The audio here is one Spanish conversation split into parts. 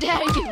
dare you?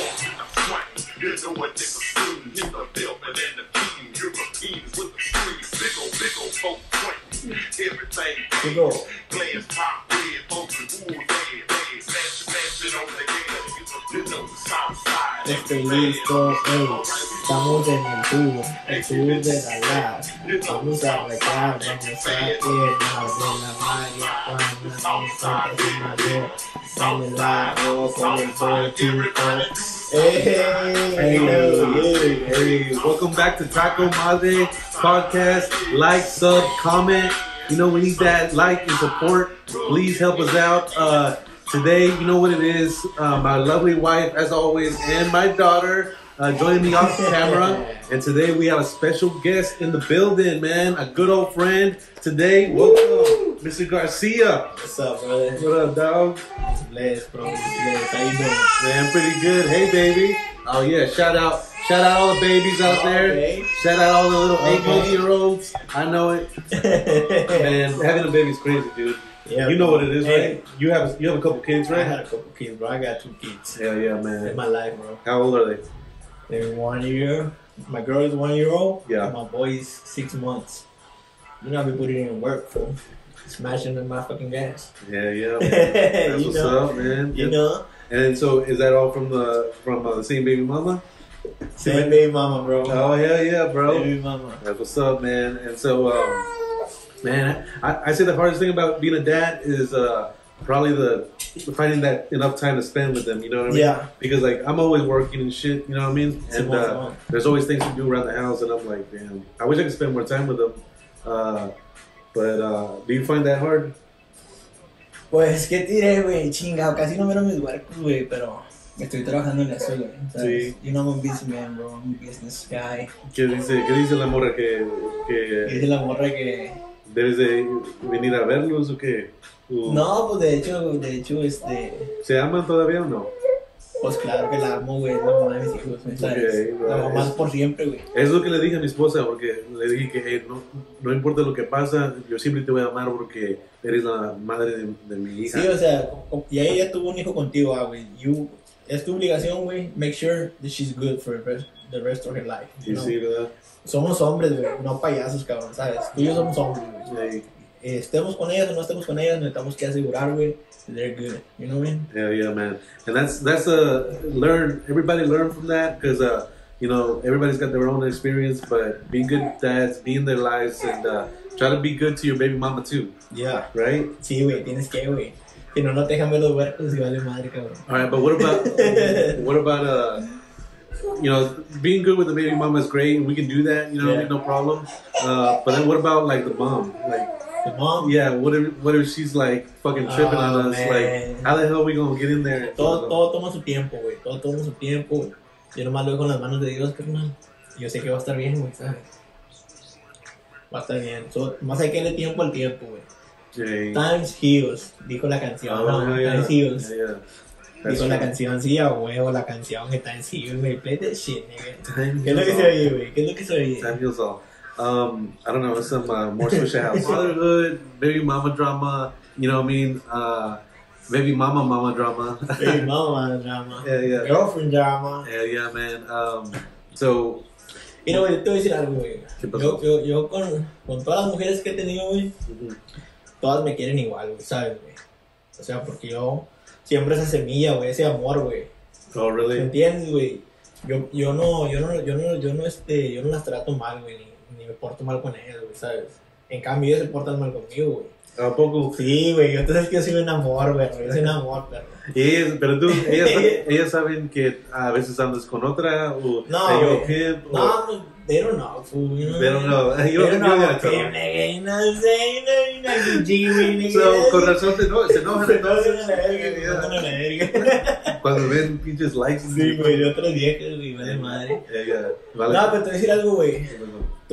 You know what they was doing in the velvet and the king Europeans with the screen big ol' big ol' folk point. Everything Big ol'. glass top red, folks and wool dead, dead, smash smash it on the head. You know the south side. Estoy listo, hey. Estamos en el tubo, el tubo de la lab. Vamos a arreglar, vamos a piernas de la marihuana. Estamos en la con el sol chupón. Hey, Hello, hey, hey. Welcome back to Taco Madre Podcast. Like, sub, comment. You know, we need that like and support. Please help us out. Uh, today, you know what it is. Uh, my lovely wife, as always, and my daughter uh, joining me off camera. And today we have a special guest in the building, man. A good old friend. Today, welcome, Mr. Garcia. What's up, brother? What up, dog? Bless, bro. Bless. How you doing? Man, pretty good. Hey, baby. Oh yeah, shout out, shout out all the babies out there. Okay. Shout out all the little eight Okay. month year olds. I know it, man. Having a baby's crazy, dude. Yeah, you know what it is, Hey. right? You have you have a couple kids, I right? had a couple kids, bro. I got two kids Hell yeah, in man. my life, bro. How old are they? They're one year. My girl is one year old. Yeah. and my boy is six months. You know, I be putting in work for smashing in my fucking gas. Yeah, yeah. That's you what's know, up, man. you know, And so, is that all from the from uh, the same baby mama? same baby mama, bro. Oh yeah, yeah, bro. Baby mama. That's what's up, man. And so, um, man, I, I say the hardest thing about being a dad is uh, probably the finding that enough time to spend with them. You know what I mean? Yeah. Because like I'm always working and shit. You know what I mean? It's a And lot of uh, fun. there's always things to do around the house, and I'm like, damn, I wish I could spend more time with them. Uh, but uh, do you find that hard? Pues, ¿qué tiré, güey? Chingado, casi no miro mis huercos, güey, pero estoy trabajando en eso, güey. ¿sabes? Sí. You know, I'm a businessman, bro. I'm a business guy. ¿Qué dice, qué dice la morra que, Y que es la morra que debes de venir a verlos o qué? ¿O No, pues de hecho, de hecho, este, ¿Se aman todavía o no? pues claro que la amo, güey, es la mamá de mis hijos, güey, ¿sabes? Ok, la mamá nice. es por siempre, güey. Es lo que le dije a mi esposa, porque le dije que "Hey, no, no importa lo que pasa, yo siempre te voy a amar porque eres la madre de, de mi hija. Sí, o sea, co- co- y ella ya tuvo un hijo contigo, ah, güey. You, es tu obligación, güey, make sure that she's good for the rest, the rest of her life. sí, you know? sí, ¿verdad? Somos hombres, güey, no payasos, cabrón, ¿sabes? Tú y yo somos hombres, güey. Hey, Eh, estemos con ellas o no estemos con ellas, nos tenemos que asegurar, güey, that they're good, you know what I mean? hell yeah, man. And that's, that's a learn, everybody learn from that because, uh, you know, everybody's got their own experience, but be good dads, be in their lives, and uh, try to be good to your baby mama too, Yeah. right? Sí, güey, tienes que, güey. Si no, no te dejan ver los huercos y vale madre, cabrón. All right, but what about what about uh, you know, being good with the baby mama is great, and we can do that, you know, Yeah. no problem. Uh, but then what about like the mom, like? The mom, Yeah, what if what if she's like fucking tripping Oh, on us? Like, man. how the hell we gonna get in there? Todo, todo toma su tiempo, güey. Todo toma su tiempo, güey. Yo nomás lo veo con las manos de Dios, carnal. Yo sé que va a estar bien, güey, ¿sabes? Va a estar bien. So, más hay que darle tiempo al tiempo, güey. Jay. Times Heals, dijo la canción. Oh, ¿no? hell yeah. Times Heals. Yeah, yeah. That's Dijo la right. canción, sí, a huevo, la canción que Times Heals, güey. Play that shit, nigga. Time ¿Qué es lo que heals se all. oye, güey? ¿Qué es lo que se oye? Time heals all. Um, I don't know. It's some uh, more social house. Motherhood, baby mama drama. You know what I mean? Uh, baby mama, mama drama. Baby mama drama. Yeah, yeah. Girlfriend drama. yeah, yeah, man. Um, so Mira, güey, yo te voy a decir algo, güey. ¿Qué Yo, pasó? yo, yo con, con todas las mujeres que he tenido, güey, Mm-hmm. todas me quieren igual, güey, ¿sabes, güey? O sea, porque yo siempre esa semilla, güey, ese amor, güey. oh ¿Me really? entiendes, güey? Yo, yo no, yo no, yo no, yo no, este, yo no las trato mal, güey, ni, ni me porto mal con ellas, güey, ¿sabes? En cambio, ellas se portan mal conmigo, güey. A poco. Sí, güey, yo entonces que yo soy un amor, güey, yo soy un amor, perro. Y ellas, pero tú, ellas, ellas saben que a veces andas con otra o No, te llevo güey. pimp, o- No, no, they don't know, fool. You know They don't know. They You don't- don't you know. don't how gotta tell to them. play, You know what I'm saying? You know, you G, you know, So, con razón se eno- se enojan Se pasan entonces. a la verga, se pasan a la verga. Cuando ven pinches likes. Sí, güey, de otras viejas, güey, vale madre. Ya, ya, Vale. No, pero te voy a decir algo, güey.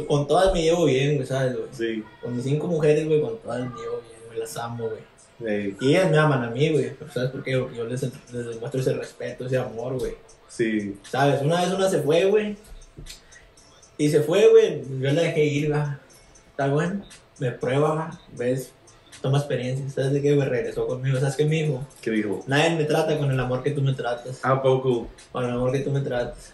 Con todas me llevo bien, güey, ¿sabes, güey? Sí. Con mis cinco mujeres, güey, con todas me llevo bien, güey, las amo, güey. Ey, Y ellas me aman a mí, güey, pero ¿sabes por qué? Porque yo les, les demuestro ese respeto, ese amor, güey. sí. ¿Sabes? Una vez una se fue, güey. Y se fue, güey. Yo la dejé ir, va. Está bueno. Me prueba, va. Ves. Toma experiencia. ¿Sabes de qué, güey? Regresó conmigo. ¿Sabes qué me dijo? ¿Qué dijo? Nadie me trata con el amor que tú me tratas. How vocal. Con el amor que tú me tratas.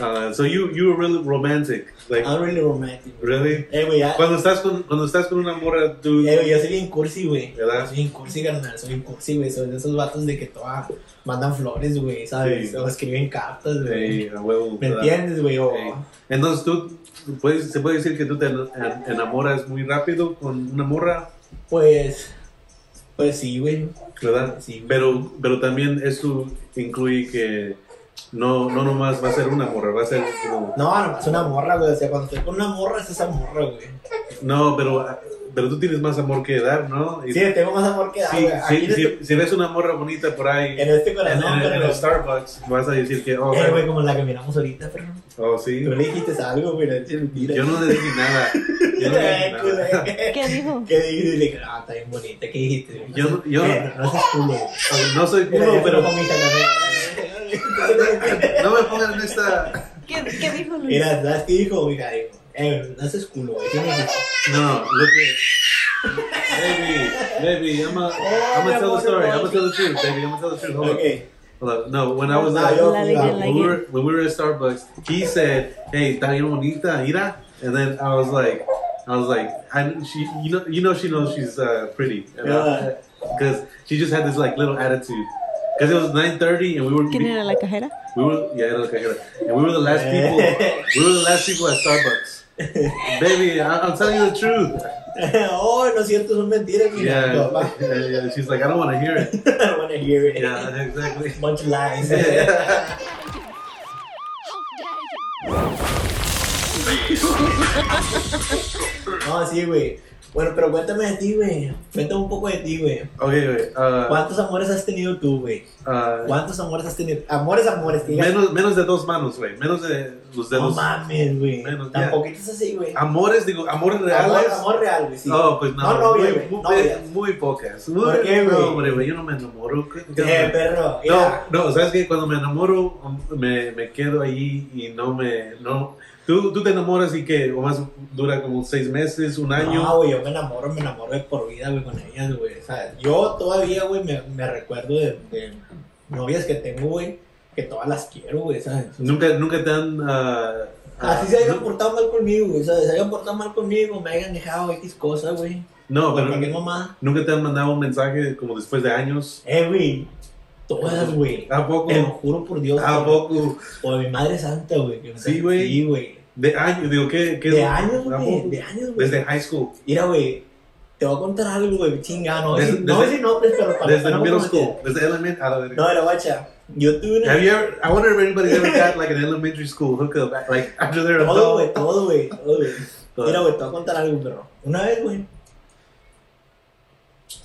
Uh, so you you were really romantic, like I'm really romantic. güey. really. Eh, güey, ya- Cuando estás con cuando estás con una morra, tú. eh, güey, yo soy bien cursi, güey. ¿Verdad? Soy bien cursi, carnal. Soy bien cursi, güey. Soy de esos vatos de que toda mandan flores, güey, ¿sabes? Sí. O escriben cartas, güey. Sí, eh, a huevo, ¿Me ¿verdad? entiendes, güey? O- Sí. Entonces tú puedes se puede decir que tú te en- en- enamoras muy rápido con una morra, Pues, pues sí, güey. ¿verdad? Sí, güey. Pero pero también eso incluye que no no nomás va a ser una morra, va a ser como No, nomás una morra, güey. O sea, cuando estoy con una morra es esa morra, güey. no, pero pero tú tienes más amor que dar, ¿no? Y- Sí, le tengo más amor que dar, sí, güey. Aquí sí, en, sí, este, si ves una morra bonita por ahí en este en, corazón, en- en pero... el Starbucks, vas a decir que oh, Eh, güey, como la que miramos ahorita, pero... oh sí, Tú le dijiste algo, güey. la neta, mentira. Yo no le dije nada. Yo no le dije Eh, nada. culero. ¿Qué dijo? ¿Qué dijiste? Le dije, ah, está bien bonita. ¿Qué dijiste? Yo no- yo- Eh, no seas culo. No soy Mira, culo, yo pero tengo mi jalapeño. no me pongan en esta. ¿Qué, qué dijo Luis? Mira, ¿sabes qué dijo, mija? Dijo, eh, no seas culo, güey. ¿Qué me dijo? No, look at. Baby, baby, I'm a, I'm gonna tell the story. I'm gonna tell the truth, baby. I'm gonna tell the truth. Hold on. Ok. Hold on. No, when I was Nah, at, yo- La legend, when, we legend. were, when we were at Starbucks, he said, "Hey, está bien bonita, mira," and then I was like, I was like, I, she, you know, you know, she knows she's uh, pretty, Yeah. because she just had this like little attitude. Because it was 9:30 and we were ¿Quién we- era la cajera? We were yeah, era la cajera. And we were the last people. we were the last people at Starbucks. Baby, I, I'm telling you the truth. oh, no es cierto, son mentiras, mija. Yeah. No, va. yeah, yeah. She's like, I don't want to hear it. I don't wanna hear it. Yeah, exactly. Bunch of lies. No, sí, güey. Bueno, pero cuéntame de ti, güey. Cuéntame un poco de ti, güey. Okay, wait. Uh, ¿Cuántos amores has tenido tú, güey? uh, ¿Cuántos amores has tenido? Amores, amores, digas. menos, menos de dos manos, güey. Menos de los No dedos. mames, güey. Menos, ya. Tampoco es así, güey. amores, digo, amores Amor, reales. amor real, güey. Sí. No, pues no. No, novia, muy, güey. muy, Novia. muy pocas. Muy, ¿Por qué, güey? No, hombre, güey, yo no me enamoro. ¿Qué- qué- Eh, perro. No, mira. no, sabes que cuando me enamoro um, me, me quedo allí y no me no tú, tú te enamoras y que o más dura como seis meses, un año. No, Ah, güey, yo me enamoro, me enamoro de por vida, güey, con ellas, güey. O sea, yo todavía, güey, me, me recuerdo de, de novias que tengo, güey, que todas las quiero, güey, ¿sabes? Nunca nunca te han ah, ah, Así se hayan no, portado mal conmigo, güey, ¿sabes? Se hayan portado mal conmigo, me hayan dejado X cosas, güey. Por no, Ah, pero cualquier mamá. nunca te han mandado un mensaje como después de años. Eh, güey, Ah, todas, güey. ¿A poco? Te lo juro por Dios. ¿A güey. poco? Por mi madre santa, güey. que me- ah, Sí, güey. Sí, güey. De años, digo, ¿qué? qué De años, ¿A güey. poco? De años, güey. Desde high school. Mira, güey, te voy a contar algo, güey, chinga, no. sí, Desde- no desde- sé si nombres, pero para Desde para no middle comprometer. school. Desde elementary. a la verga. No, pero guacha, yo tuve una... Have you ever, I wonder if anybody's ever got like an elementary school hookup, like after they're Todo, adult. güey, todo, güey, todo, güey. Todo. Mira, güey, te voy a contar algo, perro. Una vez, güey,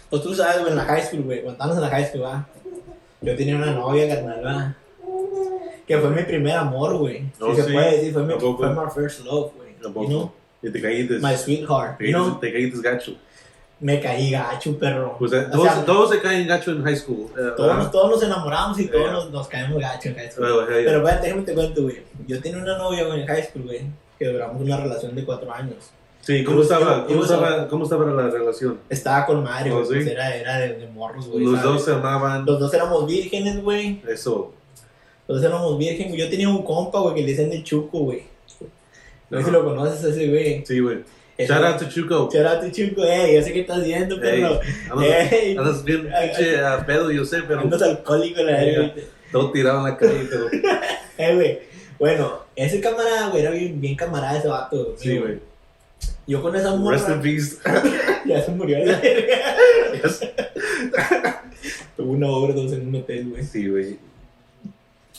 pues tú sabes, güey, en la high school, güey, cuando estábamos en la high school, va, yo tenía una novia, carnal, va, que fue mi primer amor, güey. Si Oh, se sí. puede decir, fue mi, ¿A poco? fue my first love, güey. ¿A You poco? know, Y te caíste. my sweetheart, Te you know, te caíste gacho. me caí gacho, perro. Pues, eh, O todos, sea, todos se caen gacho en high school. eh, Todos, ¿verdad? todos nos enamoramos y todos Yeah. nos, nos caemos gacho en high school. Bueno, eh, Pero espérate, déjame te cuento, güey. Yo tenía una novia, güey, en high school, güey, que duramos una relación de cuatro años. sí, ¿cómo estaba, yo- cómo, yo- estaba, ¿cómo estaba la relación? Estaba con Mario, Oh, güey, pues sí. era, era de, de morros, güey. Los ¿sabes? dos se amaban. Los dos éramos vírgenes, güey. Eso. Los dos éramos vírgenes. Yo tenía un compa, güey, que le dicen el Chuco, güey. No sé Ajá. si lo conoces ese, güey. Sí, güey. Ese- Shout out to Chuco. Shout out to Chuco, eh. Yo sé que estás viendo, Ey, pero. Andas, Ey, andas bien pinche a pedo, yo sé, pero andas alcohólico, la Ey, verga. todo tirado en la calle. Pero, Eh, güey. Bueno, ese camarada, güey, era bien, bien camarada ese vato. güey. sí, güey. Yo con esa morra. Rest in peace. Ya se murió la verga. Yes. Tuvo una overdose en un hotel, güey. Sí, güey.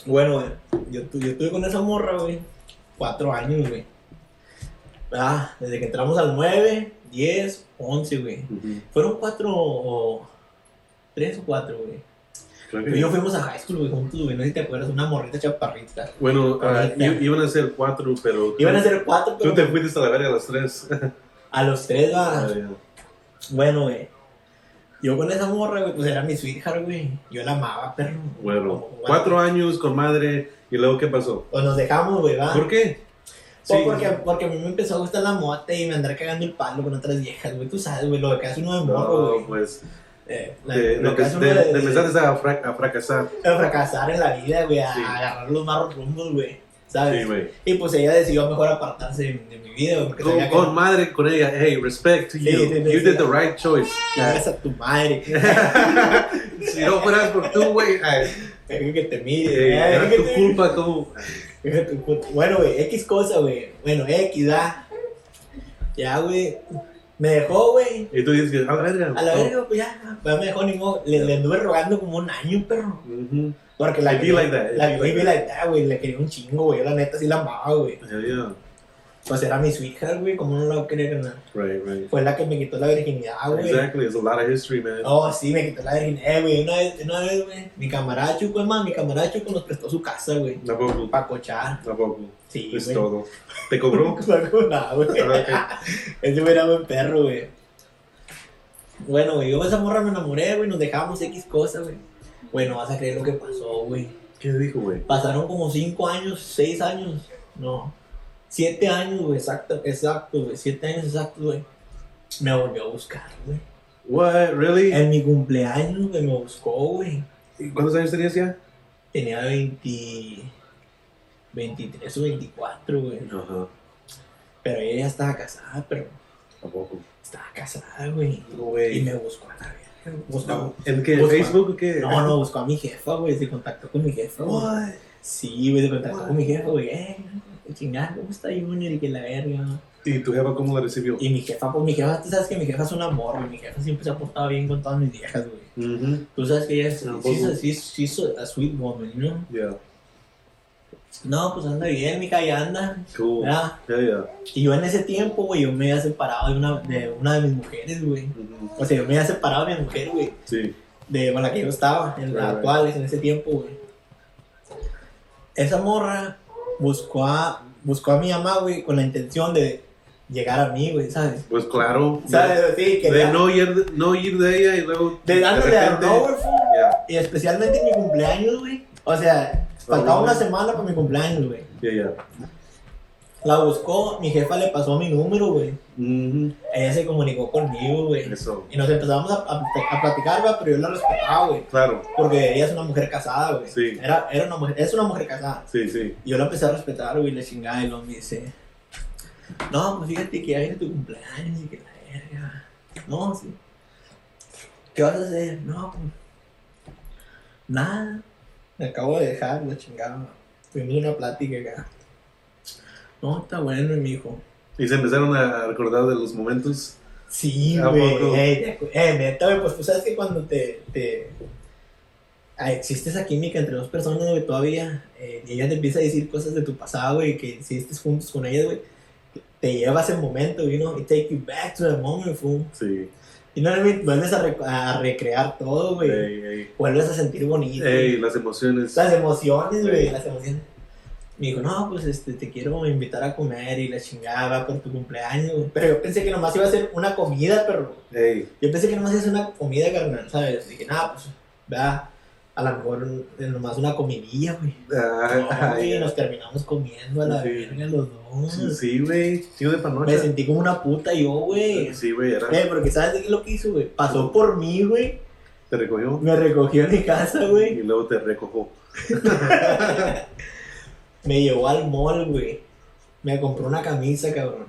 Bueno, güey, yo, tu- yo estuve con esa morra, güey. Cuatro años, güey. Ah, desde que entramos al 9, 10, 11, güey. Ujú. Fueron cuatro o... Tres o cuatro, güey. Creo Tú que- y yo fuimos a high school, güey, juntos, güey. No sé si te acuerdas, una morrita chaparrita. Bueno, ah, Correcta. i- iban a ser cuatro, pero. Iban a ser cuatro, Tú pero te fuiste a la verga a las tres. a los tres, va. Ah, ya. Bueno, güey. Yo con esa morra, güey, pues era mi sweetheart, güey. Yo la amaba, perro. Bueno, Como cuatro años con madre. ¿Y luego qué pasó? Pues nos dejamos, güey, va. ¿Por qué? Sí. O porque, porque a mí me empezó a gustar la mota y me andaré cagando el palo con otras viejas, güey. Tú sabes, güey, lo que hace uno de morro, No, güey. pues, Eh, la- de, de, lo que hace de, uno de empezaste a, fra- a fracasar. a fracasar en la vida, güey, a Sí. agarrar los malos rumbos, güey. Sí, ¿Sabes? güey. y pues ella decidió mejor apartarse de, de mi vida, güey, porque Con, sabía con que madre, con ella, hey, respect to Sí, you. sí, sí, sí. you did the right choice. chingas a tu madre, si no fueras por tú, güey, ay, deja que te mire, eh, deja era que tu te- culpa, como. deja tu puta- Bueno, güey, X cosa, güey. Bueno, X, da. Ya, güey. Me dejó, güey. Y tú dices, a la verga. A la no. verga, pues ya, ya me dejó ni modo. Le, le anduve rogando como un año, perro. Ujú. Porque la It'd be quería- like that, it'd La be like quería like that, güey. La quería un chingo, güey. La neta sí la amaba, güey. Hell yeah. Pues era mi sweetheart, güey. Como no la voy a querer nada. Right, right. Fue la que me quitó la virginidad, Ah, güey. Exactly, there's a lot of history, man. Oh, sí, me quitó la virginidad, Eh, güey. Una vez, una vez, güey. Mi camaracho, güey, más. Mi camaracho que nos prestó su casa, güey. Tampoco, Para cochar. tampoco. Sí, Es güey. Pues todo. ¿Te cobró? No, nada, güey. Ah, Ese güey era buen perro, güey. Bueno, güey, yo de esa morra me enamoré, güey, nos dejamos X cosas, güey. Bueno, vas a creer lo que pasó, güey. ok. ¿Qué dijo, güey? Pasaron como 5 años, 6 años, no. 7 años, güey, exacto, exacto, güey. 7 años exactos, güey. Me volvió a buscar, güey. What, really? En mi cumpleaños, güey, me buscó, güey. ¿Cuántos años tenías ya? Tenía 20... 23 o 24, güey. Ajá, Pero ella ya estaba casada, pero tampoco. estaba casada, güey. Y No, güey. me buscó a la verga. güey. Buscó No. Pues, ¿En qué? ¿En Busca. Facebook o qué? No, no, buscó a mi jefa, güey, se contactó con mi jefa. güey. What? Sí, güey, se contactó con mi jefa, güey. Eh, chingada, ¿cómo está Junior? Y que la verga. ¿Y tu jefa cómo la recibió? Y mi jefa, pues mi jefa, tú sabes que mi jefa es un amor, güey. Mi jefa siempre se ha portado bien con todas mis viejas, güey. Mhm. Tú sabes que ella es, No, she's, a, pues, she's- she's a sweet woman, ¿no? Yeah, No, pues anda bien, mija, ya anda. cool. Yeah, Ya. yeah. Y yo en ese tiempo, güey, yo me había separado de una de, una de mis mujeres, güey. Mhm. O sea, yo me había separado de mi mujer, güey. Sí. de con la que yo estaba, en la Right, right. actual, en ese tiempo, güey. Esa morra buscó a, buscó a mi mamá, güey, con la intención de llegar a mí, güey, ¿sabes? Pues claro. ¿Sabes? Sí, que De no ir, no ir de ella y luego. de dándole a repente- nowhere, fool. Yeah, Y especialmente en mi cumpleaños, güey. O sea, faltaba Right, una right. semana para mi cumpleaños, güey. yeah, yeah. La buscó, mi jefa le pasó mi número, güey. Mhm. Ella se comunicó conmigo, güey. Eso. Y nos empezamos a, a, a platicar, güey, pero yo la respetaba, güey. Claro. Porque ella es una mujer casada, güey. Sí. Era, era una mujer, es una mujer casada. Sí, sí. Y yo la empecé a respetar, güey, la chingada, y luego me dice, no, pues fíjate que ya viene tu cumpleaños y que la verga. No, sí. ¿Qué vas a hacer? No, pues, nada. Me acabo de dejar, la chingada. Tuvimos una plática acá. No, está bueno, y me dijo, Y se empezaron a recordar de los momentos. Sí, ¿A güey. poco? Ey, te acu- Eh, neta, güey, pues tú sabes que cuando te. te... ah, existe esa química entre dos personas, güey, todavía. eh, y ella te empieza a decir cosas de tu pasado, güey, que hiciste juntos con ella, güey. Te lleva a ese momento, you know, it take you back to the moment, fool. Sí. Y no, vuelves a, rec- a recrear todo, güey. Ey, ey. Vuelves a sentir bonito. Ey, las emociones. Las emociones, güey, Sí. las emociones. Me dijo, no, pues este, te quiero invitar a comer y la chingada por tu cumpleaños. güey. Pero yo pensé que nomás iba a ser una comida, pero Ey. yo pensé que nomás es una comida, carnal, ¿sabes? Dije, nada, pues, vea, a lo mejor un- eh, nomás una comidilla, güey. No, Ah, güey, ay, nos terminamos comiendo a la Sí. verga los dos. Sí, güey. Tío de Me panocha. sentí como una puta yo, güey. Sí, güey, era. Eh, porque ¿sabes de qué es lo que hizo, güey? Pasó por mí, güey. Te recogió. Me recogió en mi casa, güey. Y luego te recojó. Me llevó al mall, güey. Me compró una camisa, cabrón.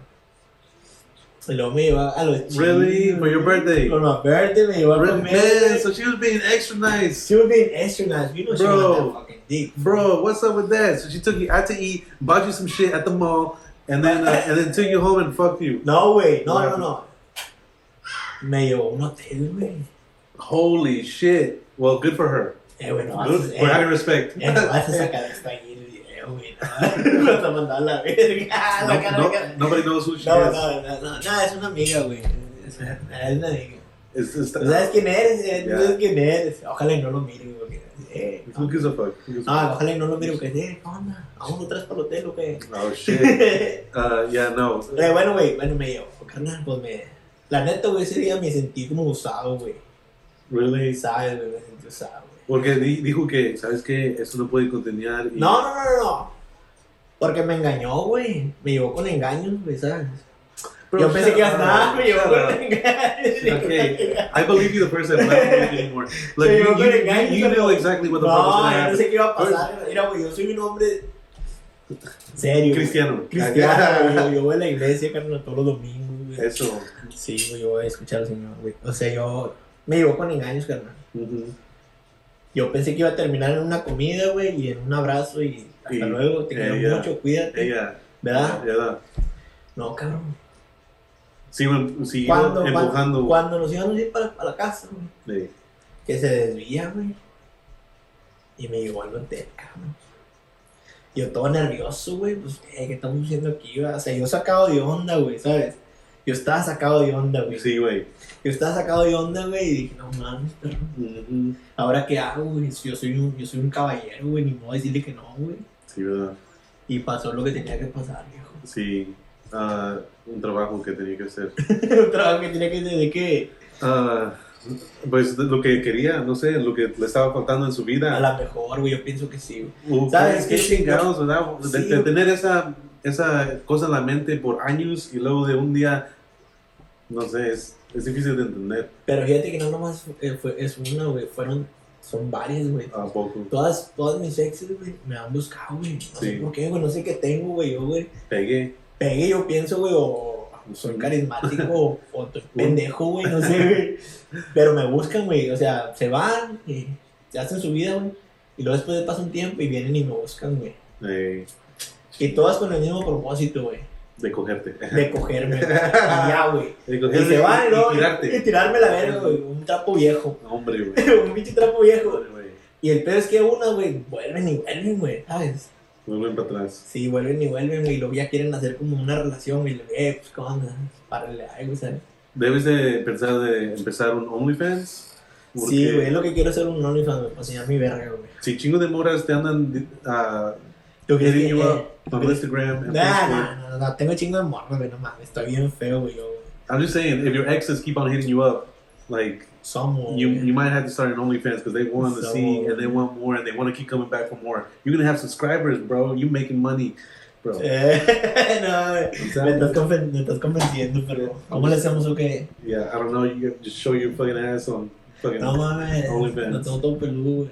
Y luego me llevó a los chinos. Really? For your birthday? For my birthday me llevó a Really? comer. Man, so she was being extra nice. She was being extra nice. You know she Bro. was that fucking dick. Bro, what's up with that? So she took you out to eat, bought you some shit at the mall, and then uh, and then took you home and fucked you. No, güey, no, no, What no. Me llevó a un hotel, güey. Holy shit. Well, good for her. Eh, güey, no vas a, Good. We're eh, having respect. eh, no vas a sacar esto ahí el video, güey. No, vas a mandar a la verga. No- la cara, no- la cara. nobody knows who she No, is. no, no, no, no, es una amiga, güey. Es una es una amiga. It's, it's, Tú sabes quién eres, eh, tú Ya. sabes quién eres. Ojalá y no lo miren, güey. porque, Eh, uh, who gives a fuck? Who gives a no, ojalá y no lo miren, porque, eh, ¿qué onda? ¿Aún lo traes para el hotel o qué? fuck? Oh shit. Uh, yeah, no. Eh, bueno, güey, bueno, me llevó, carnal, pues me... La neta, güey, ese día me sentí como usado, güey. Really? Sabes, güey, me sentí usado, güey. Porque di- dijo que, ¿sabes qué? Eso no puede continuar. y- No, no, no, no, no. Porque me engañó, güey. Me llevó con engaños, güey, ¿sabes? Bro, Yo pensé shut que ibas a up, me llevó shut con up. engaños. Okay, I believe you the first time, but I don't believe you anymore. Like, Se you, llevó con you- engaños, you pero- know exactly what the fuck was No, gonna yo no happen. sé qué iba a pasar. Mira, güey, yo soy un hombre. Serio. güey. Cristiano. Cristiano, güey. Yo voy a la iglesia, carnal, todos los domingos, güey. Eso. Sí, güey, yo voy a escuchar al Señor, güey. O sea, yo. Me llevó con engaños, carnal. Mhm. Yo pensé que iba a terminar en una comida, güey, y en un abrazo y hasta Y- luego, te eh, quiero ya. mucho, cuídate. Ella. ¿Verdad? ¿Verdad? No, cabrón. Sigo, sigo Cuando, empujando. cuando, cuando nos íbamos a ir para, para la casa, güey, Sí. que se desvía, güey. Y me llegó al hotel, cabrón. Yo todo nervioso, güey, pues, eh, ¿qué estamos haciendo aquí? va? O sea, yo sacado de onda, güey, ¿sabes? Yo estaba sacado de onda, güey. Sí, güey. Yo estaba sacado de onda, güey, y dije, no mames, perro. Mhm. ¿Ahora qué hago, güey? Si Yo soy un, yo soy un caballero, güey, ni modo de decirle que no, güey. Sí, ¿verdad? Y pasó lo que tenía que pasar, viejo. Sí. Ah, un trabajo que tenía que hacer. un trabajo que tenía que hacer de qué? Ah, pues lo que quería, no sé, lo que le estaba faltando en su vida. A la mejor, güey, yo pienso que sí. güey. Uh, ¿Sabes qué qué? chingados, ¿verdad? De, Sí. de tener esa, esa cosa en la mente por años y luego de un día, no sé, es, es difícil de entender Pero fíjate que no nomás eh, fue, es una, güey, fueron, son varias, güey. a poco. Todas, todas mis exes, güey, me han buscado, güey. No sé Sí. por qué, güey, no sé qué tengo, güey, yo, güey. Pegué. Pegue, yo pienso, güey, o soy Ujú. carismático, o, o estoy pendejo, güey, no sé, güey. Pero me buscan, güey, o sea, se van, y se hacen su vida, güey. Y luego después pasa un tiempo y vienen y me buscan, güey. eh, Y todas con el mismo propósito, güey, de cogerte. de cogerme, güey. Y ya, güey. De Y cogerte se va, y- y, luego- y y tirarte. tirarme la verga, güey. Un trapo viejo. Hombre, güey. un pinche trapo viejo. Hombre, güey. Y el peor es que unas, güey, vuelven y vuelven, güey. ¿Sabes? Vuelven para atrás. Sí, vuelven y vuelven, güey. Y luego ya quieren hacer como una relación, güey. y luego, Eh, pues, ¿cómo andas? Párale algo, ¿sabes? Debes de pensar de empezar un OnlyFans. porque Sí, güey. Es lo que quiero hacer un OnlyFans, güey. Para enseñar mi verga, güey. Si chingo de moras te andan ah, ¿Tú crees hitting que...? you eh, up on Instagram and Nah, Facebook. nah, nah, nah, tengo chingo de morro, güey, no mames, estoy bien feo, güey, yo, güey. I'm just saying, if your exes keep on hitting you up, like Somos, you güey. you might have to start an OnlyFans because they want to So- see and they want more and they want to keep coming back for more. You're gonna have subscribers, bro. You making money, bro. Eh, no, güey. I'm me telling estás, you. conven- me estás convenciendo, pero ¿cómo le hacemos o qué? Yeah, I don't know. You gotta just show your fucking ass on fucking. No mames, OnlyFans. no tengo todo peludo, güey.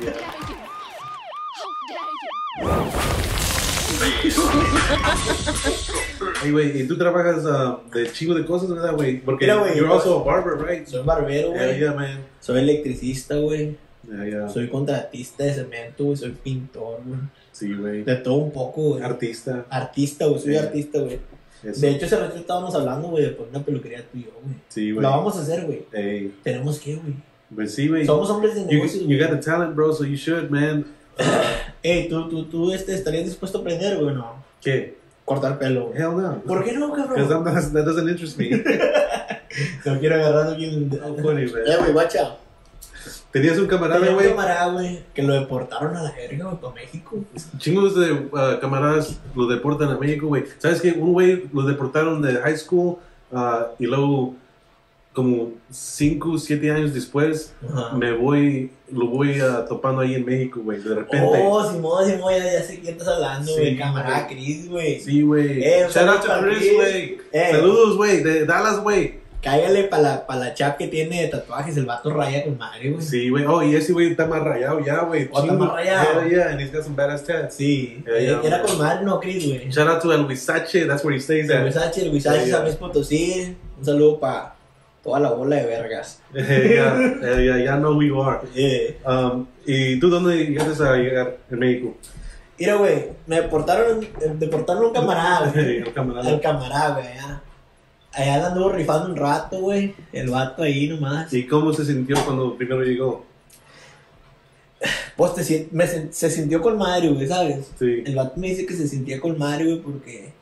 yeah. Hey, güey, y tú trabajas uh, de chingo de cosas, ¿verdad, güey? Porque Mira, güey, you're yo- also a barber, right? Soy barbero, Yeah, güey. yeah, man. Soy electricista, güey. Yeah, yeah. Soy contratista de cemento, güey. Soy pintor, güey. Sí, güey. De todo un poco, güey. Artista. Artista, güey. Soy Sí. artista, güey. Eso. De hecho, ese rato estábamos hablando, güey, de poner una peluquería tú y yo, güey. sí, güey. La vamos a hacer, güey. Hey, Tenemos que, güey. pues sí, güey. Somos hombres de You, negocios, you güey. got the talent, bro, so you should, man. Ey, ¿tú, tú, tú este, estarías dispuesto a aprender, güey, no? ¿Qué? Cortar pelo, güey. Hell no. ¿Por qué no, Because cabrón? I'm not, that doesn't interest me. No quiero agarrar a alguien. No, funny, man. Eh, güey, guacha. Tenías un camarada, Tenía un güey. camarada, güey, que lo deportaron a la verga, güey, para México. pues. Chingos de uh, camaradas lo deportan a México, güey. ¿Sabes qué? Un güey lo deportaron de high school uh, y luego, como 5, 7 años después, Ajá. me voy, lo voy uh, topando ahí en México, güey. De repente. Oh, Simón, Simón, ya, ya sé quién estás hablando, Sí, güey. camarada güey. Cris, güey. Sí, güey. Eh, Shout out saludos to a Chris, Chris. güey. Eh. Saludos, güey. De Dallas, güey. Cáigale para la, pa la chap que tiene de tatuajes, el vato raya con madre, güey. Sí, güey. Oh, y ese güey está más rayado ya, güey. Oh, está más rayado. Yeah, yeah, and he's got some badass tats. Sí, Ya, ya, eh, era güey. con madre, no, Cris, güey. Shout out to El Huizache, that's where he stays El at. Huizache, el Huizache, Ya, ya. San Luis Potosí. Un saludo para toda la bola de vergas. Eh, yeah, eh, yeah, ya know who you are. Eh, Um, ¿Y tú dónde llegaste a llegar en México? Mira, güey, me deportaron, eh, deportaron a un camarada, güey. El Al camarada. camarada, güey, allá. Allá la anduvo rifando un rato, güey. El vato ahí nomás. ¿Y cómo se sintió cuando primero llegó? Pues te sien- me sen- se sintió con madre, güey, ¿sabes? Sí. El vato me dice que se sentía con madre, güey, porque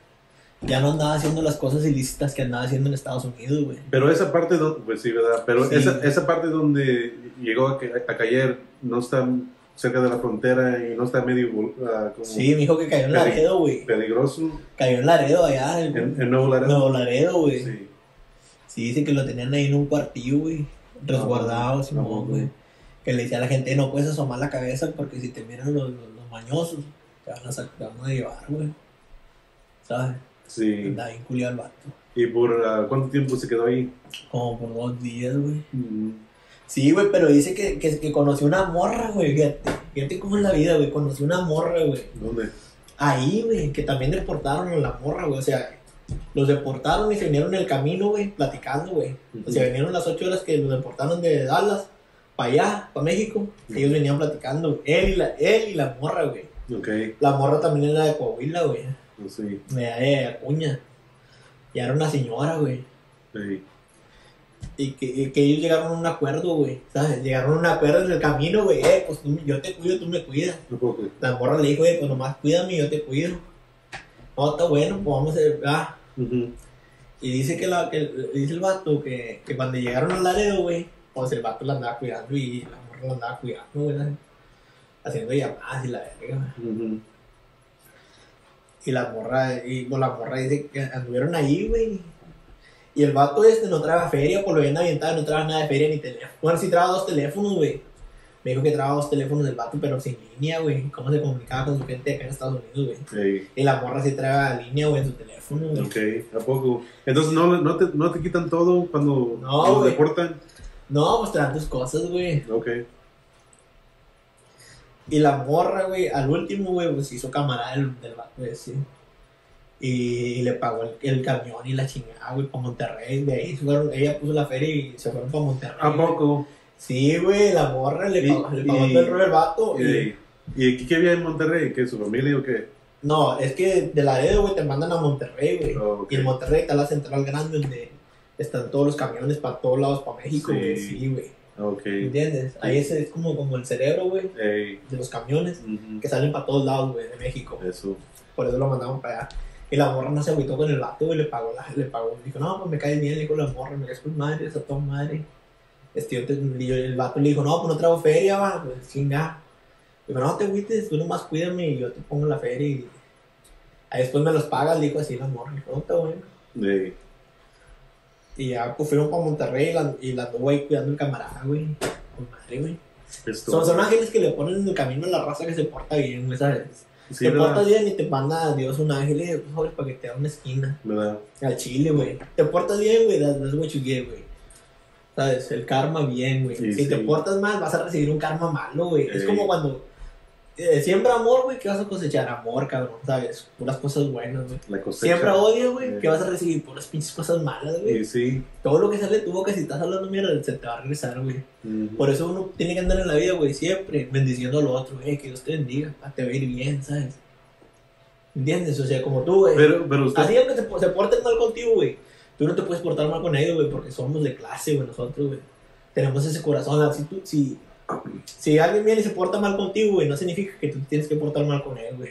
ya no andaba haciendo las cosas ilícitas que andaba haciendo en Estados Unidos, güey. Pero esa parte, donde, pues sí, ¿verdad? Pero Sí. esa, esa parte donde llegó a, ca- a caer no está cerca de la frontera y no está medio ah, como Sí, me dijo que cayó en Pero- Laredo, güey. peligroso Cayó en Laredo allá, en en, en Nuevo Laredo. Nuevo Laredo, güey. Sí. Sí. dice que lo tenían ahí en un cuartillo, güey. Resguardado, No, Simón, no, güey. no. Que le decía a la gente, no puedes asomar la cabeza porque si te miran los, los- los mañosos. te van a, sac- te van a llevar, güey. ¿Sabes? Sí. Andaba bien culiado el vato. ¿Y por ah, cuánto tiempo se quedó ahí? Como por dos días, güey. Mm, Sí, güey, pero dice que, que, que conoció una morra, güey. Fíjate, fíjate cómo es la vida, güey. Conoció una morra, güey. ¿Dónde? Ahí, güey, que también deportaron a la morra, güey. O sea, los deportaron y se vinieron en el camino, güey, platicando, güey. O sea, vinieron las ocho horas que los deportaron de Dallas para allá, para México. Ellos venían platicando, güey. él y la, él y la morra, güey. Ok, pues La morra también era de Coahuila, güey. no sé. Era de Acuña. Y era una señora, güey. Ey, Y que, y que ellos llegaron a un acuerdo, güey. ¿Sabes? Llegaron a un acuerdo en el camino, güey. Eh, pues tú- yo te cuido, tú me cuidas. no puedo creer. La morra le dijo, güey, pues nomás cuídame, yo te cuido. No, está bueno, pues vamos a hacer. ah. Ujú. Y dice que, la, que dice el vato que, que cuando llegaron al Laredo, güey, pues el vato la andaba cuidando y la morra la andaba cuidando, güey. la- Haciendo llamadas y la verga, güey. Ujú. Y la morra, y pues la morra dice que anduvieron ahí, güey. Y el vato este no traba feria, por lo bien aventado, no traba nada de feria ni teléfono. Bueno, sí traba dos teléfonos, güey. Me dijo que traba dos teléfonos del vato, pero sin línea, güey. ¿Cómo se comunicaba con su gente acá en Estados Unidos, güey? Ey, Y la morra sí traba línea, güey, en su teléfono, güey. ok, ¿a poco? Entonces, ¿no, no, te, no te quitan todo cuando No, lo güey. deportan? No, pues traban tus cosas, güey. Ok, Y la morra, güey, al último, güey, pues hizo camarada del, del vato ese. Y, y le pagó el, el camión y la chingada, güey, para Monterrey. De ahí se fueron, ella puso la feria y se fueron para Monterrey. ¿a güey. poco? Sí, güey, la morra le Y- pagó, le pagó y- todo el rollo al vato. y- Ey, Eh, ¿Y aquí qué había en Monterrey? ¿Qué, su familia o qué? no, es que de Laredo, güey, te mandan a Monterrey, güey. Oh, ok. Y en Monterrey está la central grande donde están todos los camiones para todos lados, para México, Sí. güey. Sí, güey. Ah, Ok, ¿Entiendes? Ahí es, es como, como el cerebro, güey, ey, de los camiones ujú. que salen para todos lados, güey, de México. eso, Por eso lo mandaban para allá. Y la morra no se agüitó con el vato, güey, le pagó, la, le pagó. Dijo, no, pues me cae bien, le dijo la morra, me caes con madre, esa tu madre. Este, yo te- y yo- el vato le dijo, no, pues no traigo feria, va, pues chinga. Dijo, no te agüites, tú nomás cuídame y yo te pongo la feria y ahí después me los pagas, le dijo así la morra, dijo, no, está bueno. ey, Y ya pues, fueron para Monterrey y la, y la anduvo ahí cuidando el camarada, güey. Con madre, güey. esto. Son, son ángeles que le ponen en el camino a la raza que se porta bien, güey, ¿sabes? Sí, te ¿verdad? portas bien y te manda a Dios un ángel y pues, joder, para que te da una esquina. ¿Verdad? Al chile, güey. Te portas bien, güey, that's, that's what you get, güey. ¿Sabes? El karma bien, güey. Sí, si sí. te portas mal, vas a recibir un karma malo, güey. Es Ey. como cuando eh, siembra amor, güey, que vas a cosechar amor, cabrón, ¿sabes? Puras cosas buenas, güey. La cosecha. Siembra odio, güey, Ey. que vas a recibir puras pinches cosas malas, güey. Y sí, Todo lo que sale de tu boca, si estás hablando mierda, se te va a regresar, güey. ujú. Por eso uno tiene que andar en la vida, güey, siempre bendiciendo al otro, güey, que Dios te bendiga, pa, te va a ir bien, ¿sabes? ¿Entiendes? O sea, como tú, güey. Pero, pero usted, Así aunque se, se porten mal contigo, güey. Tú no te puedes portar mal con ellos, güey, porque somos de clase, güey, nosotros, güey. Tenemos ese corazón. así tú- si, si alguien viene y se porta mal contigo, güey, no significa que tú tienes que portar mal con él, güey.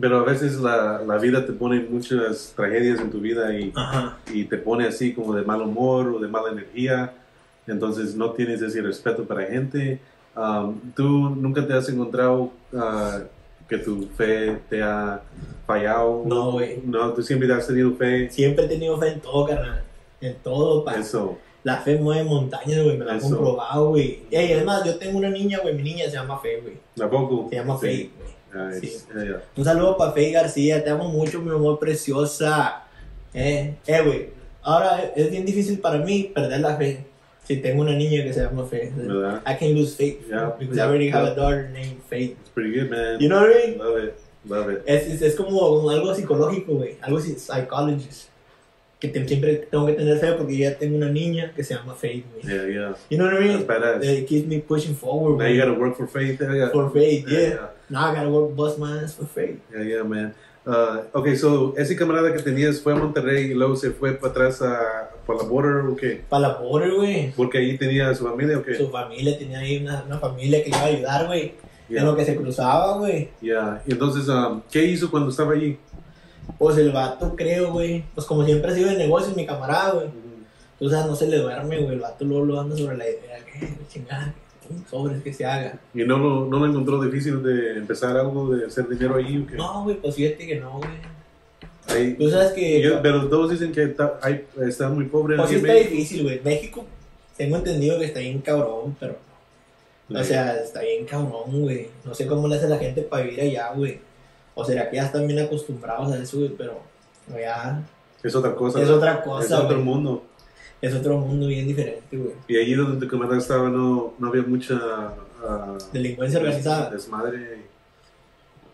pero a veces la, la vida te pone muchas tragedias en tu vida y, Ajá. y te pone así como de mal humor o de mala energía. Entonces no tienes ese respeto para gente. Um, ¿Tú nunca te has encontrado ah, que tu fe te ha fallado? No, güey. No, tú siempre has tenido fe. Siempre he tenido fe en todo, carnal. En todo, pa. Eso. La fe mueve montañas, güey, me la han Eso. comprobado, güey. Y además, yo tengo una niña, güey, mi niña se llama Fe, güey. ¿A poco? Se llama Fe, Sí. güey. Ah, es- eh, Un saludo para Fey García, te amo mucho, mi amor preciosa. Eh, eh, güey. Ahora eh, es bien difícil para mí perder la fe. Si tengo una niña que se llama Faye. ¿Verdad? I can lose faith Yeah, because yeah, I already have yeah. a daughter named Faith. It's pretty good, man. You know what I mean? Love it. Love it. Es, es, es como, como algo psicológico, güey. Algo psi- psychologist. Que te- siempre tengo que tener fe porque ya tengo una niña que se llama Faith, güey. Yeah, yeah. You know what I That's mean? badass. It keeps me pushing forward, Now you güey. gotta work for faith. eh, Yeah, yeah. For faith, Yeah, yeah. Now I gotta work bust my ass for faith. yeah, yeah, man. Uh, okay, so ese camarada que tenías fue a Monterrey y luego se fue para atrás a, para la border o qué? Para la border, güey. Porque ahí tenía a su familia o qué? Su familia tenía ahí una, una familia que le iba a ayudar, güey. En lo yeah. que se cruzaba, güey. yeah. Y entonces, um, ¿qué hizo cuando estaba allí? Pues el vato, creo, güey. Pues como siempre ha sido de negocios, mi camarada, güey. Tú sabes, no se le duerme, güey. El vato luego lo anda sobre la idea, que chingada, que sobres que se haga. ¿Y no lo, no lo encontró difícil de empezar algo, de hacer dinero ahí o qué? No, güey, pues fíjate que no, güey. Ahí- Tú sabes que. yo- pero todos dicen que está, hay- está muy pobre. pues sí aquí en está México. difícil, güey. México, tengo entendido que está bien cabrón, pero. O sea, está bien cabrón, güey. No sé cómo le hace la gente para vivir allá, güey. O será que ya están bien acostumbrados a eso, güey, pero ya Es otra cosa. es otra Es cosa, otro güey. mundo. Es otro mundo bien diferente, güey. Y allí donde tu camarada estaba no, no había mucha... ah, Delincuencia organizada. Desmadre.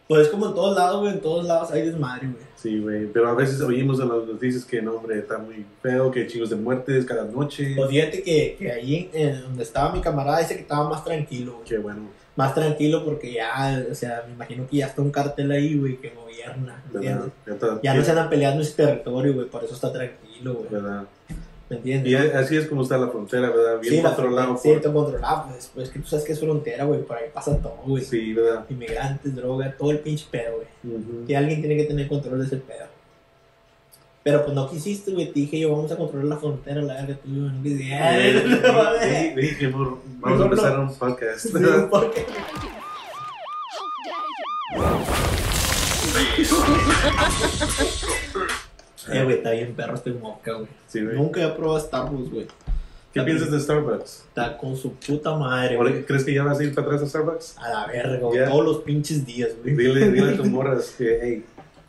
Pues es como en todos lados, güey, en todos lados hay desmadre, güey. Sí, güey. Pero a veces oímos en las noticias que, no, hombre, está muy feo, que chingos de muertes cada noche. Pues fíjate que, que ahí en donde estaba mi camarada dice que estaba más tranquilo, güey. Qué bueno. Más tranquilo porque ya, o sea, me imagino que ya está un cartel ahí, güey, que gobierna, ¿entiendes? ¿Verdad? Ya, está- Ya no se andan peleando ese territorio, güey, por eso está tranquilo, güey. ¿Verdad? ¿Me entiendes? Y a- así es como está la frontera, ¿verdad? Bien sí, la controlado. frontera, sí, está controlado, pues, pues que tú sabes que es frontera, güey, por ahí pasa todo, por- güey. Sí, ¿verdad? Inmigrantes, droga, todo el pinche pedo, güey. Ujú. Que alguien tiene que tener control de ese pedo. Pero pues no quisiste, güey, te dije yo, vamos a controlar la frontera, la verga, tú, yo no quisiste. Eh, Ay, no mames. eh, eh, dije, "Mor, Mejor Vamos no. a empezar un podcast. Sí, ¿por qué? Eh, güey, está bien perro este moca, güey. Sí, güey. Nunca he probado Starbucks, güey. ¿Qué piensas de Starbucks? Está con su puta madre, güey. ¿Crees que ya vas a ir para atrás a Starbucks? A la verga, güey. Ya. Todos los pinches días, güey. Dile, dile a tus morras que, hey,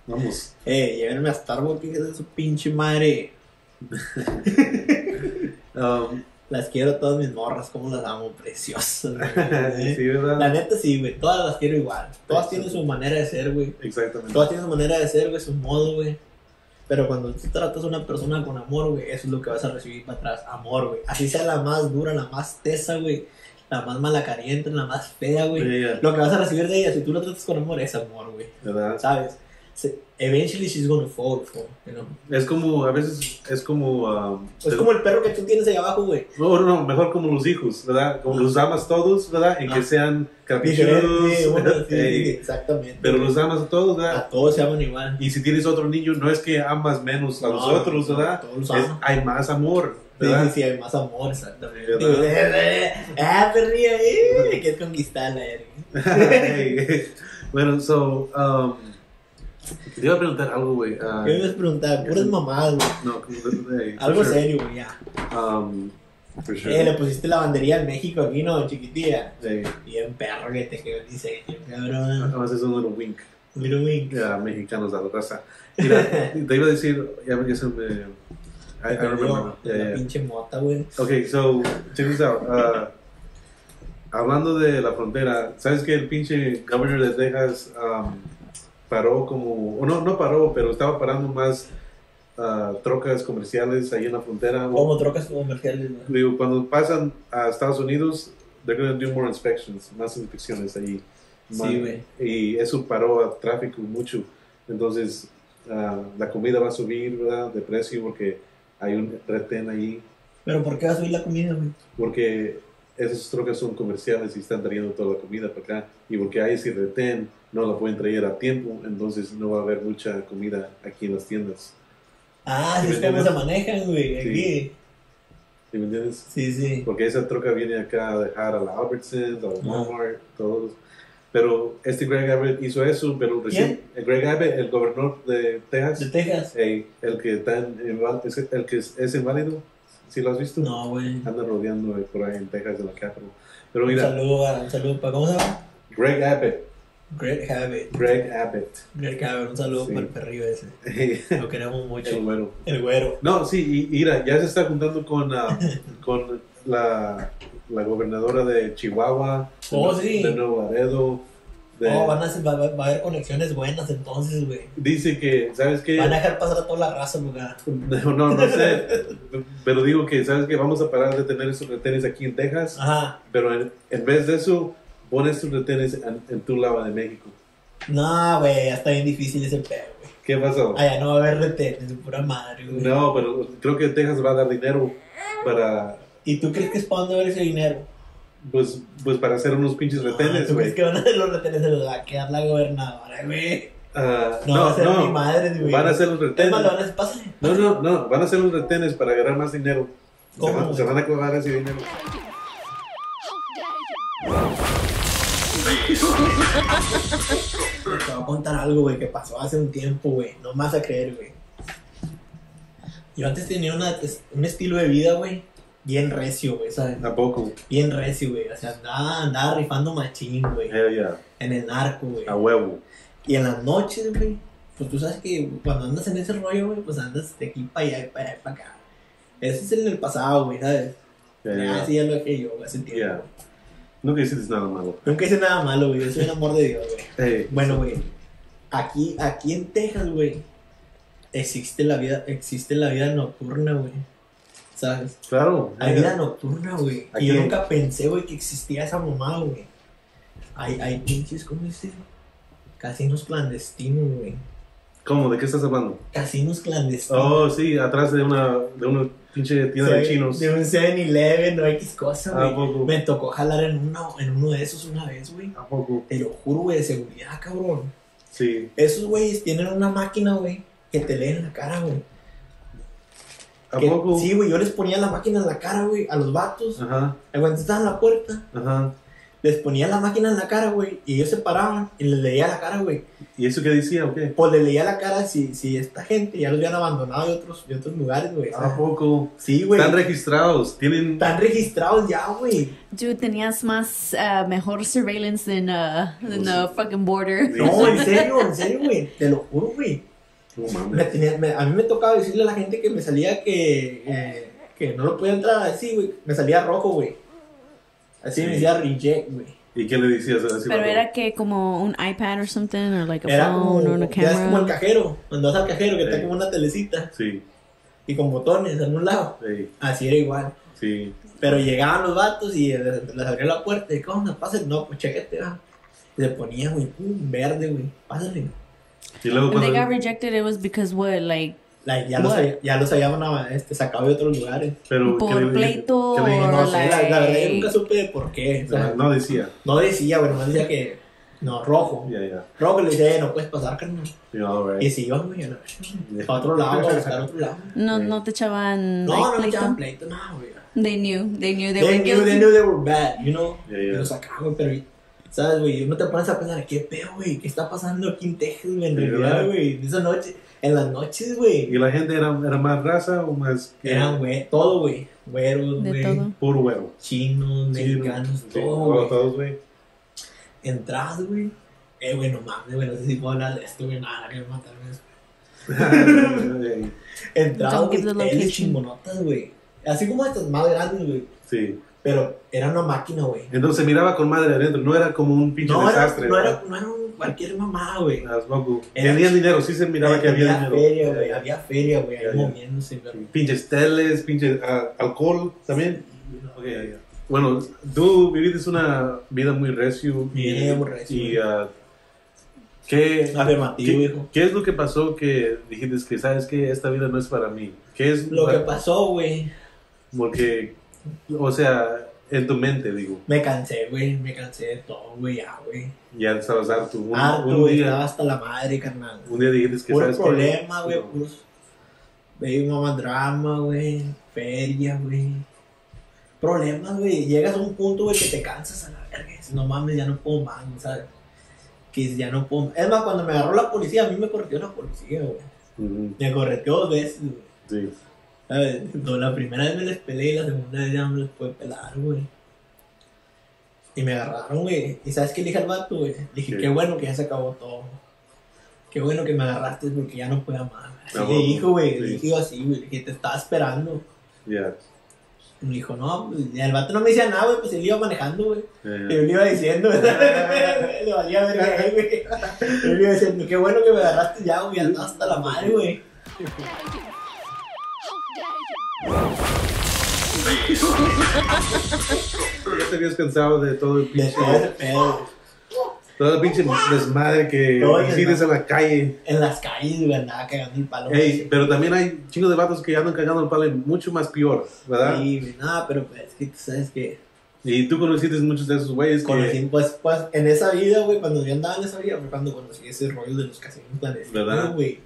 vamos. Eh, llévenme a Starbucks, hijas de su pinche madre. Um, Las quiero todas mis morras, como las amo, preciosas. güey. sí, La ¿verdad? neta sí, güey, todas las quiero igual. Todas tienen su manera de ser, güey. Exactamente. Todas tienen su manera de ser, güey, su modo, güey. Pero cuando tú tratas a una persona con amor, güey, eso es lo que vas a recibir para atrás. Amor, güey. Así sea la más dura, la más tesa, güey. La más malacariente, la más fea, güey. Yeah, Lo que vas a recibir de ella, si tú la tratas con amor, es amor, güey. ¿verdad? ¿Sabes? Se- eventually she's gonna fall for, you know. Es como, a veces, es como... um, Es como el perro que tú tienes ahí abajo, güey. No, no, no, mejor como los hijos, ¿verdad? Como los amas todos, ¿verdad? En Ah. que sean Diferente, caprichosos. bueno, sí, Ah. ey, exactamente. pero los amas a todos, ¿verdad? a todos se aman igual. Y si tienes otro niño, no es que amas menos a los No, otros, ¿verdad? todos los Es- amas. hay más amor, Sí, ¿verdad? sí, sí, hay más amor, exactamente. ¿Verdad? Digo, eh, eh, ah, perdí ahí. Que es conquistarla, eh. Ey, bueno, so, um, te iba a preguntar algo, güey. ah, ¿Qué me ibas a preguntar? Puras mamadas, güey. no, como de- de- Algo for sure. serio, güey, ya. Um, for sure. Eh, le pusiste la bandería en México aquí, ¿no, chiquitilla? Ey, Bien perro que te quedó el diseño, cabrón. nada más es un little wink Mira, güey. a mexicanos a la raza. Mira, te iba a decir, ya, ya se me... I, I Te remember. dio now. Yeah, La yeah. pinche mota, güey. Okay, so, check this out. Uh, hablando de la frontera, ¿sabes que el pinche governor de Texas um, paró como, o no, no paró, pero estaba parando más uh, trocas comerciales ahí en la frontera? Como trocas comerciales, güey. Digo, cuando pasan a Estados Unidos, they're going to do more inspections, más inspecciones allí. Sí, güey. Y eso paró a tráfico mucho. Entonces, ah, la comida va a subir, ¿verdad? De precio porque hay un retén allí. Pero ¿por qué vas a subir la comida, güey? Porque esos trocas son comerciales y están trayendo toda la comida para acá. Y porque hay ese retén, no la pueden traer a tiempo. Entonces, no va a haber mucha comida aquí en las tiendas. Ah, sí, es como se manejan, güey. Aquí. ¿Sí me entiendes? Sí, sí. Porque esa troca viene acá a dejar a la Albertsons, a la Walmart, todos. Pero este Greg Abbott hizo eso, pero recién. El Greg Abbott, el gobernador de ¿De Texas, Texas? eh, el que está en- inval- es- el que es, es inválido, si lo has visto, No, güey. anda rodeando eh, por ahí en Texas de la Capitol. Pero Un mira, saludo, a- un saludo para. ¿Cómo se llama? Greg Abbott, Great Habit. Greg Abbott, Mira, cabrón, un saludo Sí. para el perrillo ese. el Lo queremos mucho. güero. El güero. No, sí, y, y mira, ya se está juntando con, ah, con la, la gobernadora de Chihuahua, de Oh, Nue- sí. de Nuevo Laredo. de- Oh, van a hacer- va, va- va a haber conexiones buenas entonces, güey. Dice que, ¿sabes qué? Van a dejar pasar a toda la raza, lugar. No, no, no sé. Pero digo que, ¿sabes qué? Vamos a parar de tener esos retenes aquí en Texas. Ajá. Pero en, en vez de eso, pon estos retenes en, en tu lado de México. No, güey, ya está bien difícil ese pedo, güey. ¿Qué pasó? Allá no va a haber retenes, de pura madre, güey. No, pero creo que Texas va a dar dinero para, ¿Y tú crees que es para dónde va a ir ese dinero? pues, pues para hacer unos pinches Ah, retenes, ¿Tú crees güey. que van a los retenes se los va a quedar la gobernadora, güey? Ah, No, va a ser mi madre, güey. Van a hacer los Es más, retenes. lo van a hacer, pásale. No, no, no. Van a hacer los retenes para ganar más dinero. Se ¿Cómo, van, güey? se van a clavar ese dinero. Te voy a contar algo, güey, que pasó hace un tiempo, güey. No me vas a creer, güey. Yo antes tenía una, es- un estilo de vida, güey, bien recio, güey, ¿sabes? ¿A poco? Bien recio, güey. O sea, andaba, andaba rifando machín, güey. Hell yeah. En el narco, Eh. Ah, güey. Eh, A huevo. Y en las noches, güey, pues tú sabes que cuando andas en ese rollo, güey, pues andas de aquí para allá y para allá y para acá. Eso es en el pasado, güey, ¿sabes? Yeah, Ya, yeah. sí, ya lo dejé yo, güey, hace tiempo. Yeah. Nunca hiciste nada malo. Eh, Nunca hice nada malo, güey, yo soy el amor de Dios, güey. Hey, Bueno, güey, aquí, aquí en Texas, güey, existe la vida, existe la vida nocturna, güey. ¿Sabes? claro. Hay yeah. vida nocturna, güey. Aquí Y yo hay- nunca pensé, güey, que existía esa mamada, güey. Hay, hay pinches, ¿cómo dice? Casinos clandestinos, güey. ¿Cómo? ¿De qué estás hablando? Casinos clandestinos. Oh, sí, atrás de una, de una pinche tienda Oh, de chinos. Ah, De un 7-Eleven o X cosa, ¿A güey. poco? Me tocó jalar en uno, en uno de esos una vez, güey. ¿A poco? Te lo juro, güey, de seguridad, cabrón. Sí. Esos güeyes tienen una máquina, güey, que te leen la cara, güey. ¿A Que- poco? Ah. Sí, güey, yo les ponía la máquina en la cara, güey, a los vatos. Ajá, Ahí Cuando estaban en la puerta, ajá. les ponía la máquina en la cara, güey, y ellos se paraban y les leía la cara, güey. ¿Y eso qué decía o qué? Pues les leía la cara si, si esta gente ya los habían abandonado de otros, de otros lugares, güey. ¿A poco? Sí, güey. Ah, pues. Están registrados, tienen... Están registrados ya, güey. Dude, tenías más, uh, mejor surveillance than, uh, than the fucking border. No, en serio, en serio, güey. Te lo juro, güey. No Me Oh, mames. tenía- me- a mí me tocaba decirle a la gente que me salía que, eh, que no lo podía entrar así, güey. Me salía rojo, güey. Así me decía reject, güey. ¿Y qué le decías? Así, Pero vato. era que como un iPad or something, or like a Era como, phone or a ya es como el camera. cajero. Cuando vas al cajero, que Sí. está como una telecita Sí, y con botones en un lado. sí, Así era igual. sí. Pero llegaban los vatos y les, les abría la puerta. Y, ¿Cómo onda? Pásenle. No, pues chequete, va. Y se ponía, güey, pum, verde, güey. Pásenle. Y luego When they got cuando... rejected, it was because what, like, Like, ya, los, Bueno. ya los habían ah, este, sacado de otros lugares. Pero, ¿qué por le- pleito qué le- ah, or No sé, la, la verdad, yo nunca like... supe de por qué. o sea, No decía. no decía, güey, nomás decía que. No, rojo. Ya, ya. Rojo le decía, "Eh, no puedes pasar, carnal. Ya, all right. Y si yo, güey, a otro lado, a buscar otro lado. No, no te echaban, No, like, no, no, pleito? echaban pleito, no, güey. They knew, they knew, they, They were knew, guilty. they knew they were bad, you know. Yeah, yeah. Y los sacaban, pero, ¿sabes, güey? No te pones a pensar, ¿qué pedo, güey? ¿Qué está pasando aquí en Texas, güey? En Sí, realidad, ¿verdad? güey. Esa noche, en las noches, güey. ¿Y la gente era, era más raza o más que Eran, güey, todo, güey. Güeros, De güey. todo. puro huevo? Chinos, mexicanos, Sí, todo, güey. todos, güey. Entradas, güey. Eh, güey, no mames, güey. No sé si puedo hablar de esto, güey. Nada, que me mataron. Ah, Ay, Entradas, Don't güey. give the Teles location. chingonotas, güey. Así como estas más grandes, güey. sí. Pero era una máquina, güey. Entonces se miraba con madre adentro, no era como un pinche No era, desastre. no, era, no era un- cualquier mamada, güey. ¿no? Las Boku. Era- Tenían dinero, sí se miraba que había dinero. feria, güey, Ya, había feria, güey, ahí Ya, ya. moviéndose. ya. güey. Pinches teles, pinche ah, alcohol también. Ok, ya, ya. Bueno, tú viviste una vida muy recio. y- Bien recio. Ah, Y ah, ¿qué, Afirmativo, qué- hijo. qué es lo que pasó que dijiste que sabes que esta vida no es para mí? ¿Qué es Lo que pasó, güey, Porque, o sea, en tu mente, digo, me cansé, güey, me cansé de todo, güey, ya, güey. ya estabas harto. Un, Harto, un güey, estaba día, hasta la madre, carnal. un día dijiste que Ah, Puro sabes qué? problema, güey, No. puros... Baby mamá drama, güey, feria, güey. Problemas, güey, llegas a un punto, güey, que te cansas a la verga. dices, No mames, ya no puedo más, ¿sabes? Que ya no puedo más. Es más, cuando me agarró la policía, a mí me corrió la policía, güey. Ujú, Me correteó dos veces, güey. Sí. ¿Sabes? No, la primera vez me les peleé y la segunda vez ya no me les pude pelar, güey. Y me agarraron, güey. ¿Y sabes qué le dije al vato, güey? Le Dije, ¿Qué? qué bueno que ya se acabó todo. Qué bueno que me agarraste porque ya no podía más. Así Ah, le bueno, dijo, güey. Le sí. dije así, güey. Le dije, te estaba esperando. Ya. Y me dijo, no, pues ya el vato no me decía nada, güey. Pues él iba manejando, güey. ya, Y yo ya. le iba diciendo, le valía verga a él, güey. Yo le iba diciendo, qué bueno que me agarraste ya, güey. Andaba hasta la madre, güey. Ya te habías cansado de todo el De pinche, todo ese pedo, güey. todo el pinche desmadre que Todo el Ah, hiciste en la calle. en las calles, güey, andaba cagando el palo. Ey, güey. pero también hay chingos de vatos que andan cagando el palo y mucho más peor, ¿verdad? Sí, güey, nada, pero pues, es que tú sabes que Y tú conociste muchos de esos güeyes que... conocí, pues, pues, en esa vida, güey, cuando yo andaba en esa vida, fue cuando conocí ese rollo de los casinos clandestinos, ¿Verdad? güey.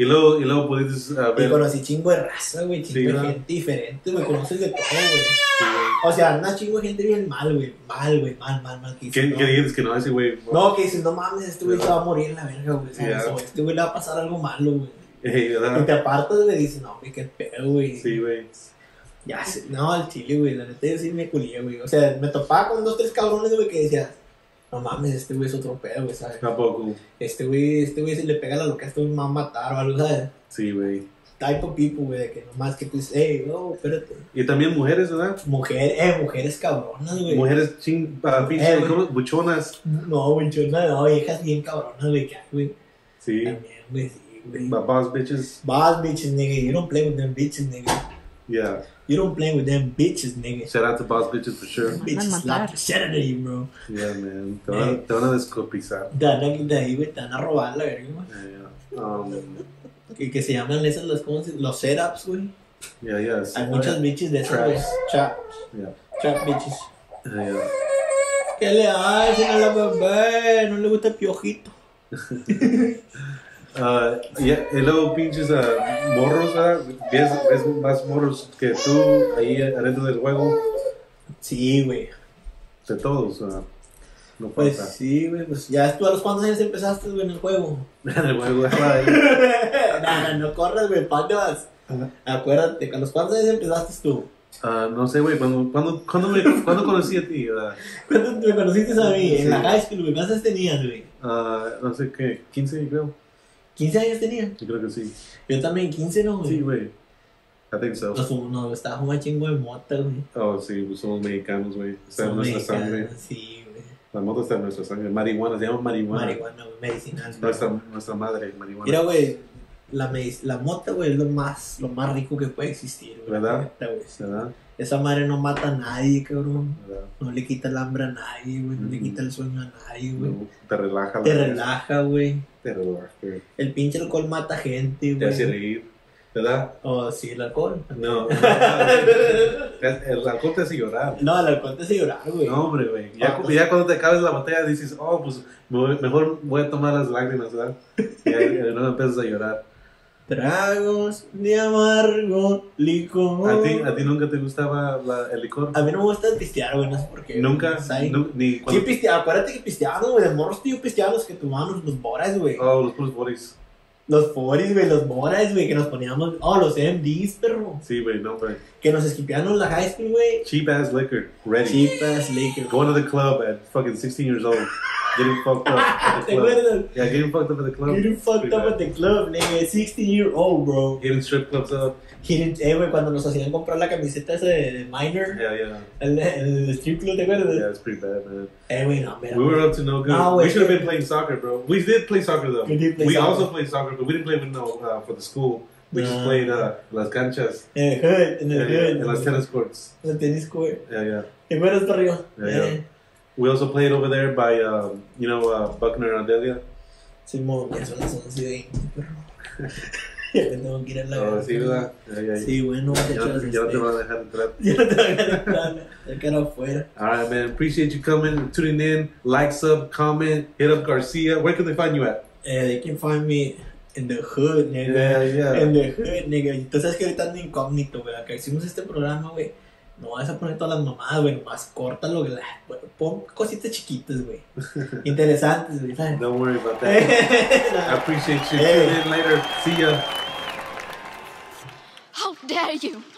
Y luego, y luego pudiste ah, Y ver... conocí chingo de raza, güey, Sí, chingo de ¿verdad? gente diferente, güey, conoces de todo, güey. Sí, güey. O sea, anda chingo de gente bien mal, güey, mal, güey, mal, mal, mal. Que dices, ¿Qué, no, qué dices que no? Ese güey... No, que dices, no mames, este güey se va a morir en la verga, güey, ¿sabes? Ya. O este güey le va a pasar algo malo, güey. Ey, Y te ¿verdad? apartas, güey, dices, no, güey, qué pedo, güey. Sí, güey. Ya sé, no, al chile, güey, la neta yo sí me culié, güey. O sea, me topaba con dos, tres cabrones, güey, que decía, no mames, este güey es otro pedo, güey, ¿sabes? Tampoco. Este güey, este güey, si le pega la loca, este güey me va a matar o algo, ¿sabes? Sí, güey. Type of people, güey, de que nomás que tú dices, hey, no, espérate. Y también mujeres, ¿verdad? Mujer, eh, mujeres cabronas, güey. Mujeres ching, ah, pinche, Eh, güey. ¿cómo? buchonas. No, güey, yo no, no, viejas bien cabronas, güey, que hay, güey. Sí. También, güey, sí, güey. Babas, bitches. Boss bitches, nigga, you don't play with them bitches, nigga. Yeah. You don't play with them bitches, nigga. Shout out to boss bitches for sure. Bitches slap the shit out of you, bro. Yeah, man. Te Eh. van a, te van a descopizar. Te van a- de ahí, güey, te van a robar la verga, güey. Yeah, yeah. Um, Que, que se llaman esas las ¿cómo se- los setups, güey. yeah, yeah. sí, Hay muchas bitches de esas, güey. Trap. Yeah. Trap bitches. Yeah, yeah. ¿Qué le hacen a la bebé? No le gusta el piojito. Ah, y, y luego pinches ah, morros, ¿verdad? Ves, ves más morros que tú ahí adentro del juego. Sí, güey. De todos, ah, no Pues pasa. sí, güey. Pues ya tú a los cuántos años empezaste, güey, en el juego. el juego ah, Nada, no corras, güey, ¿para dónde vas? Ajá. Acuérdate, que a los cuántos años empezaste tú. ah, no sé, güey, ¿cuándo, cuándo, cuándo me- cuándo conocí a ti? ah, ¿verdad? ¿Cuánto me conociste a mí? Sí. En la high school, güey. ¿Cuántos años tenías, güey? Ah, no sé qué, 15 creo. 15 años tenía. Yo creo que sí. Yo también, 15, ¿no, güey? Sí, güey. I think so. Nos, fum- nos estaba fumando chingo de mota, güey. Oh, sí, pues somos mexicanos, güey. Está en Son nuestra sangre. mexicanos, Sí, güey. La moto está en nuestra sangre. Marihuana, se llama marihuana. Marihuana, güey, medicinal. güey. Nuestra, nuestra madre, marihuana. Mira, güey, la, medic- la mota, güey, es lo más, lo más rico que puede existir, güey. ¿Verdad? Neta, güey. ¿Verdad? Esa madre no mata a nadie, cabrón. ¿Verdad? No le quita el hambre a nadie, güey. No le Ujú. quita el sueño a nadie, güey. Mm. No, te relaja. Te la- relaja, güey. Te relaja. güey. El pinche alcohol mata gente, Te hace güey. reír. ¿Verdad? Oh, sí, el alcohol. No. el alcohol te hace llorar. No, el alcohol te hace llorar, güey. No, hombre, güey. Ya, Ah, cu- pues- ya cuando te acabes la botella dices, oh, pues me- mejor voy a tomar las lágrimas, ¿verdad? Y ya, ya no empiezas a llorar. Tragos de amargo licor. ¿A ti, a ti nunca te gustaba la- el licor? A mí no me gusta pistear, güey, no sé por qué. Nunca. ¿Sabes? nu- ni Sí, cuando. pisteaba, acuérdate que pisteaban, güey. De morros, tío, pisteaban los que tomábamos los boras, güey. Oh, los puros boris. Los foris, güey, los boras, güey, que nos poníamos. Oh, los MDs, perro. Sí, güey, no, güey. Que nos esquipearon en la high school, güey. Cheap ass liquor. Ready. Chipas, liquor. Going to the club at fucking 16 years old. Getting fucked up at the ¿Te club. acuerdas? Yeah, getting fucked up at the club. You fucked up at the club, nigga. 16 year old, bro. Getting strip clubs up. He didn't- eh, güey, cuando nos hacían comprar la camiseta esa de, de Minor, Yeah, yeah. el, el strip club, ¿te acuerdas? Yeah, it's pretty bad, man. Eh, güey, no, mira. We were up to no good. No, we wait. should have been playing soccer, bro. We did play soccer, though. We did play soccer. also played soccer, but we didn't play with no uh, for the school. We just No. played uh, las canchas En el hood, en el and, hood. and las tennis courts. En el tenis court. Yeah, yeah. ¿Te acuerdas de arriba? Ya, ya. Eh, We also played over there by, um, you know, uh, Buckner and Adelia. Simón, ya son las 11 y 20, perro. Ya me tengo que ir a la Oh, verga. sí, ¿verdad? Yeah, yeah. Sí, bueno, Ya- muchachos. este, ya no te van a dejar entrar. Ya no te voy a dejar. Te quedo afuera. All right, man. Appreciate you coming, tuning in. Like, sub, comment, hit up Garcia. Where can they find you at? Eh, they can find me in the hood, nigga. yeah. En the hood, nigga. Y Tú sabes que ahorita ando incógnito, güey. Acá hicimos este programa, güey. No vas a poner todas las mamadas, güey. Nomás córtalo, güey. Bueno, Pon cositas chiquitas, güey. Interesantes, güey. ¿sabes? Don't worry about that. I appreciate you. Hey. Tune in later. See ya. How dare you!